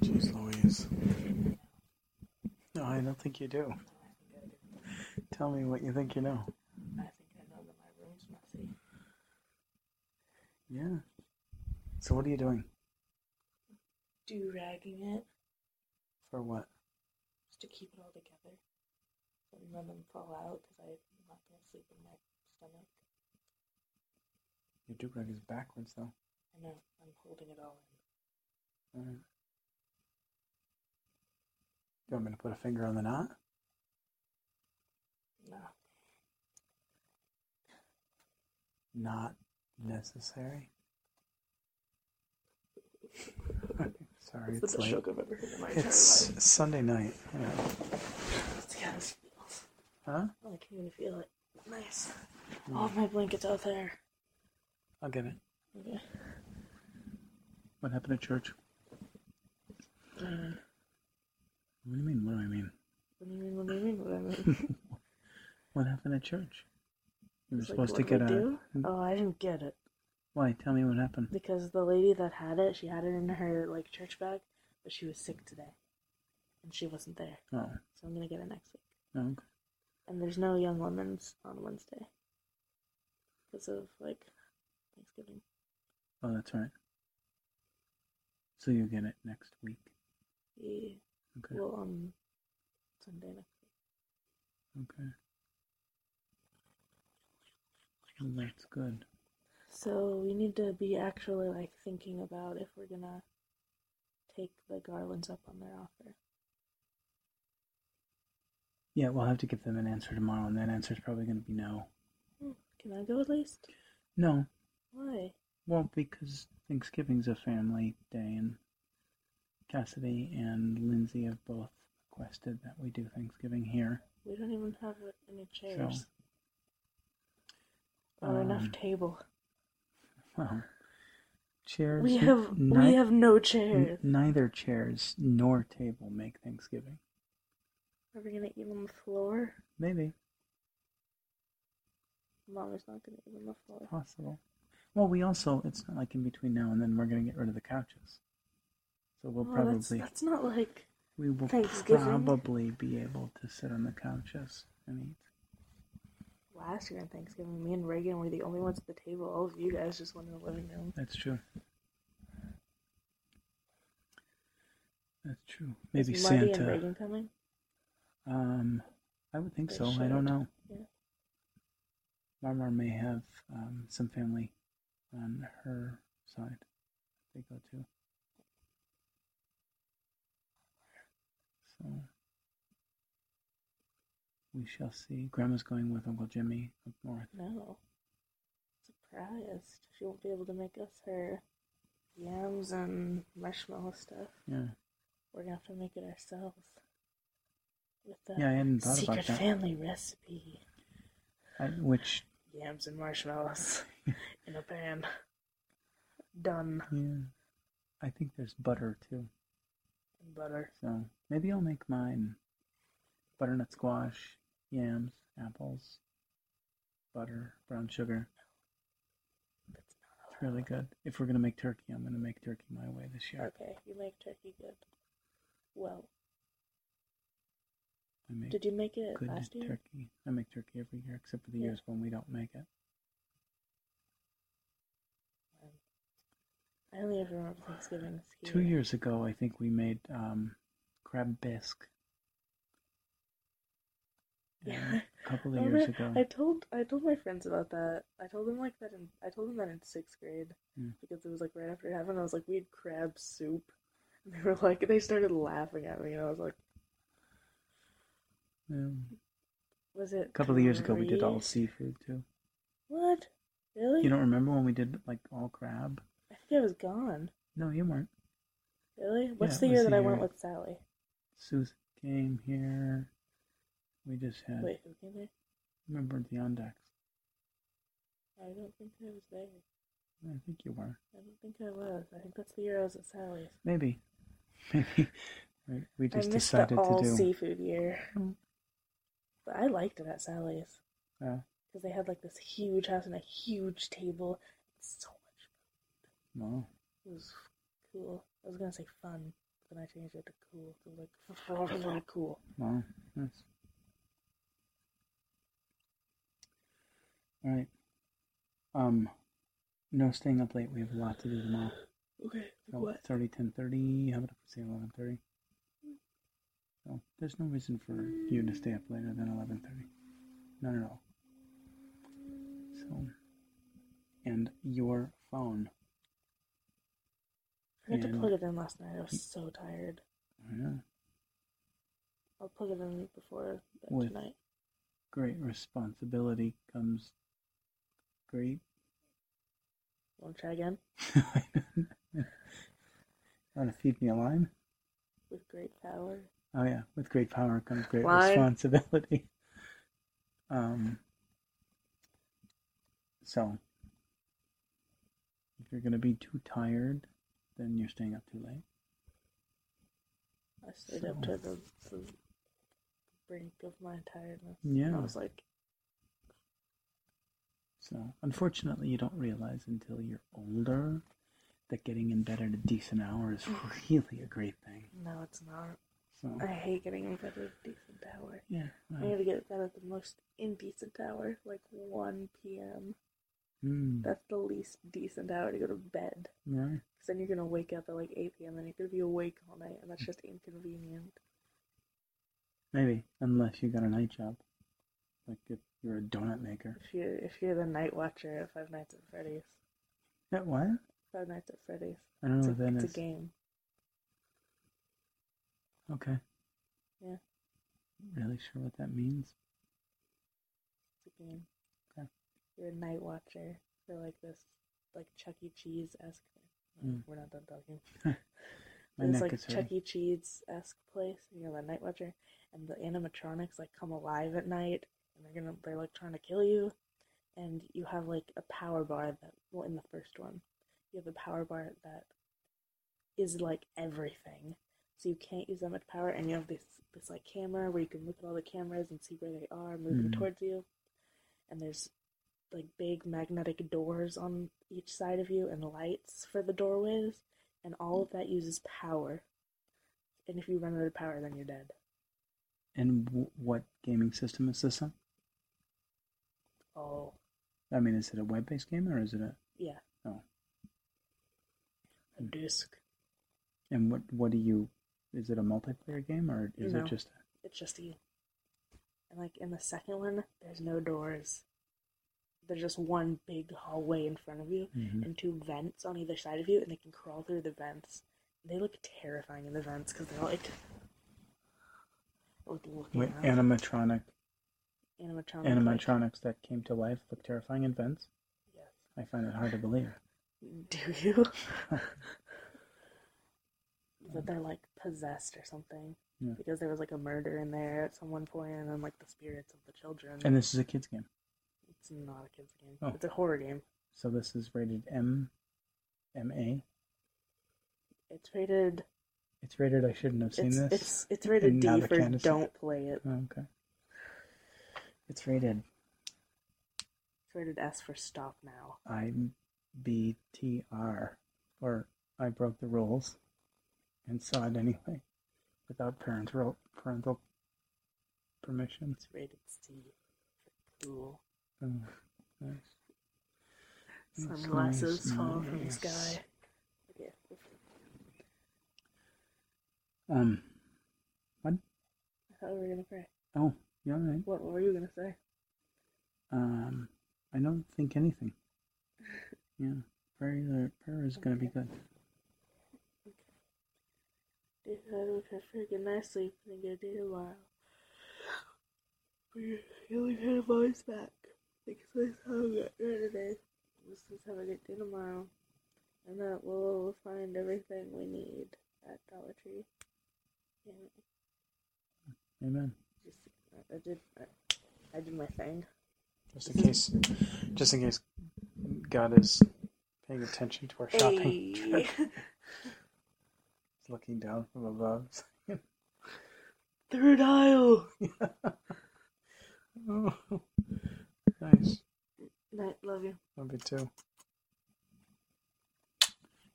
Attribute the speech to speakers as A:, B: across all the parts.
A: Jeez Louise. No, I don't think you do. Tell me what you think you know.
B: I think I know that my room's messy.
A: Yeah. So what are you doing?
B: Do ragging it
A: For what?
B: just to keep it all together. So none of them fall out because I'm not going to sleep in my stomach.
A: Your do rag is backwards though.
B: I know, I'm holding it all in.
A: Alright. You want me to put a finger on the knot?
B: No,
A: Not necessary. Sorry,
B: that's
A: it's
B: the best
A: late.
B: joke I've ever heard in my entire
A: It's
B: life.
A: Sunday night. Yeah.
B: Let's see how this feels.
A: Huh?
B: Oh, I can even feel it. Nice.
A: Hmm.
B: All of my blankets out there.
A: I'll get it.
B: Okay.
A: What happened at church?
B: Um,
A: What do you mean? What do I mean?
B: what do you mean, what do you mean, what do you mean?
A: What happened at church? You were
B: It's like,
A: supposed
B: what
A: to
B: do
A: get
B: I
A: a. hmm?
B: do? Oh, I didn't get it.
A: Why? Tell me what happened.
B: because the lady that had it, she had it in her like church bag, but she was sick today, and she wasn't there.
A: Oh,
B: So I'm gonna get it next week.
A: no, okay.
B: And there's no young women's on Wednesday because of like Thanksgiving.
A: Oh, that's right. So you get it next week.
B: Yeah.
A: Okay.
B: Well, um, Sunday next week.
A: Okay. Well, that's good.
B: So we need to be actually like thinking about if we're gonna take the garlands up on their offer.
A: Yeah, we'll have to give them an answer tomorrow, and that answer is probably going to be no.
B: Can I go at least?
A: No.
B: Why?
A: Well, because Thanksgiving's a family day, and Cassidy and Lindsay have both requested that we do Thanksgiving here.
B: We don't even have like, any
A: So,
B: chairs or enough
A: um,
B: table.
A: Well, chairs.
B: We have
A: ni-
B: we have no
A: n-
B: chairs.
A: neither chairs nor table make Thanksgiving.
B: Are we gonna eat on the floor?
A: Maybe
B: Mom is not gonna eat on the floor.
A: possible. Well, we also it's not like in between now and then we're gonna get rid of the couches, so we'll
B: Oh, that's,
A: probably
B: that's not like
A: we will
B: Thanksgiving.
A: probably be able to sit on the couches and eat.
B: last year on Thanksgiving. Me and Reagan were the only ones at the table. All of you guys just went to the living room.
A: That's true. That's true.
B: Is
A: Maybe
B: Marty and
A: Santa.
B: Reagan coming?
A: Um, I would think
B: They
A: so. I don't
B: should.
A: know.
B: Yeah.
A: Marmar may have um, some family on her side. They go to. So we shall see. Grandma's going with Uncle Jimmy up north.
B: No. Surprised. She won't be able to make us her yams and marshmallow stuff.
A: Yeah.
B: We're gonna have to make it ourselves. With uh, the
A: Yeah, I hadn't thought
B: secret
A: about that.
B: family recipe.
A: I, which
B: Yams and marshmallows in a pan. Done.
A: yeah, I think there's butter too.
B: And butter.
A: So maybe I'll make mine butternut squash, yams, apples, butter, brown sugar.
B: That's not
A: It's really good. If we're gonna make turkey, I'm gonna make turkey my way this year.
B: Okay, you make turkey good. Well,
A: I make
B: did you make it
A: good
B: last year?
A: turkey. I make turkey every year except for the
B: Yeah.
A: years when we don't make it.
B: I only ever remember Thanksgiving.
A: Two years ago, I think we made um, crab bisque.
B: Yeah.
A: A couple of
B: Remember,
A: years ago.
B: I told I told my friends about that. I told them like that in I told them that in sixth grade
A: Yeah.
B: because it was like right after it happened. I was like, we had crab soup, and they were like, they started laughing at me, and I was like,
A: Yeah.
B: was it?
A: A couple of years ago, we did
B: curry?
A: all seafood too.
B: What? Really?
A: You don't remember when we did like all crab?
B: I think I was gone.
A: No, you weren't.
B: Really? What's
A: it
B: the
A: was
B: year
A: the
B: that I went
A: year-
B: with Sally?
A: Susan came here. We just had
B: Wait, who came there?
A: remember the Ondex.
B: I don't think I was there.
A: I think you were.
B: I don't think I was. I think that's the year I was at Sally's.
A: Maybe. Maybe. We- we just
B: I missed
A: decided
B: the all
A: to do
B: seafood year.
A: Mm.
B: But I liked it at Sally's
A: uh,
B: because they had like this huge house and a huge table. So much.
A: well,
B: It was cool. I was gonna say fun. Then I changed it to cool. To like cool.
A: Wow. Nice. All right. Um, no staying up late. We have a lot to do tomorrow.
B: Okay. Like
A: So
B: what?
A: it's already ten thirty. How about if we say eleven thirty? So there's no reason for you to stay up later than eleven thirty. None at all. So, and your phone.
B: I had to
A: And-
B: plug it in last night. I was so tired.
A: Yeah.
B: I'll plug it in before bed
A: With-
B: tonight.
A: Great responsibility comes great.
B: Want to try again?
A: Want to feed me a line?
B: With great power.
A: Oh yeah, with great power comes great
B: Line.
A: responsibility. Um, so if you're gonna be too tired, then you're staying up too late.
B: I stayed up to the, the brink of my tiredness. And
A: Yeah.
B: I was like,
A: So unfortunately, you don't realize until you're older that getting in bed at a decent hour is really a great thing.
B: no, it's not.
A: So
B: I hate getting in bed at a decent hour.
A: yeah,
B: I
A: well,
B: need to get bed at the most indecent hour, like 1 p.m.
A: mm,
B: That's the least decent hour to go to bed.
A: right.
B: Because then you're going to wake up at like 8 p.m. and you're going to be awake all night, and that's just inconvenient.
A: Maybe unless you got a night job, like if you're a donut maker.
B: If you're, if you're the night watcher at Five Nights at Freddy's,
A: Yeah, What?
B: Five Nights at Freddy's,
A: I don't
B: it's,
A: know
B: a,
A: what that
B: it's a
A: is.
B: game.
A: Okay.
B: Yeah.
A: Really sure what that means.
B: It's a game.
A: Okay.
B: You're a night watcher for like this, like Chuck E. Cheese esque.
A: Mm.
B: We're not done talking.
A: My
B: There's
A: neck
B: like
A: is
B: Chuck
A: hurting.
B: E. Cheese esque place, and you're the night watcher, and the animatronics like come alive at night, and they're gonna they're like trying to kill you, and you have like a power bar that well in the first one, you have a power bar that is like everything, so you can't use that much power, and you have this this like camera where you can look at all the cameras and see where they are moving
A: Mhm.
B: towards you, and there's like big magnetic doors on each side of you and lights for the doorways and all of that uses power. And if you run out of power, then you're dead.
A: And w- what gaming system is this on?
B: Oh,
A: I mean, is it a web-based game or is it a?
B: yeah.
A: Oh.
B: A disc.
A: And what what do you? Is it a multiplayer game or is
B: No.
A: it just?
B: It's just you. And like in the second one, there's no doors. There's just one big hallway in front of you
A: Mhm.
B: and two vents on either side of you, and they can crawl through the vents. They look terrifying in the vents because they're like, like looking
A: Wait,
B: out.
A: animatronic
B: animatronics. like-
A: animatronics that came to life look terrifying in vents.
B: Yes.
A: I find it hard to believe.
B: Do you? but they're like possessed or something
A: Yeah.
B: because there was like a murder in there at some one point, and then like the spirits of the children.
A: And this is a kids game,
B: it's not a kids game.
A: Oh.
B: It's a horror game.
A: so this is rated M, M A.
B: It's rated.
A: It's rated. I shouldn't have seen
B: It's,
A: this.
B: it's it's rated D
A: now the
B: for
A: cat is-
B: don't play it.
A: Oh, okay. It's rated
B: It's rated S for stop now.
A: I B T R, or I broke the rules and saw it anyway without parental parental permission.
B: It's rated C for cool.
A: Oh, nice. Yes,
B: Sunglasses
A: nice,
B: fall from the
A: nice.
B: sky. Okay.
A: Um.
B: I thought we were gonna pray.
A: Oh, you all right?
B: What were you gonna say?
A: Um. I don't think anything. Yeah. Prayer, prayer is gonna be good.
B: Dude, I look at freaking nicely and get a day tomorrow. But you only had a voice back. Because I saw it got rid today. Let's just have a good day tomorrow. And that we'll find everything we need at Dollar Tree. And
A: Amen.
B: just, I did, I, I did my thing.
A: Just in case, just in case, God is paying attention to our shopping trip.
B: Hey!
A: looking down from above.
B: Third aisle!
A: Oh, nice.
B: Night, love you.
A: Love you too.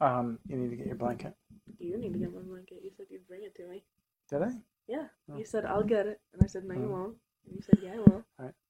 A: Um, you need to get your blanket.
B: You need to get my blanket. You said you'd bring it to me.
A: Did I?
B: Yeah.
A: Oh.
B: You said I'll get it, and I said no, you
A: Oh.
B: won't. And you said yeah, I will.
A: Alright.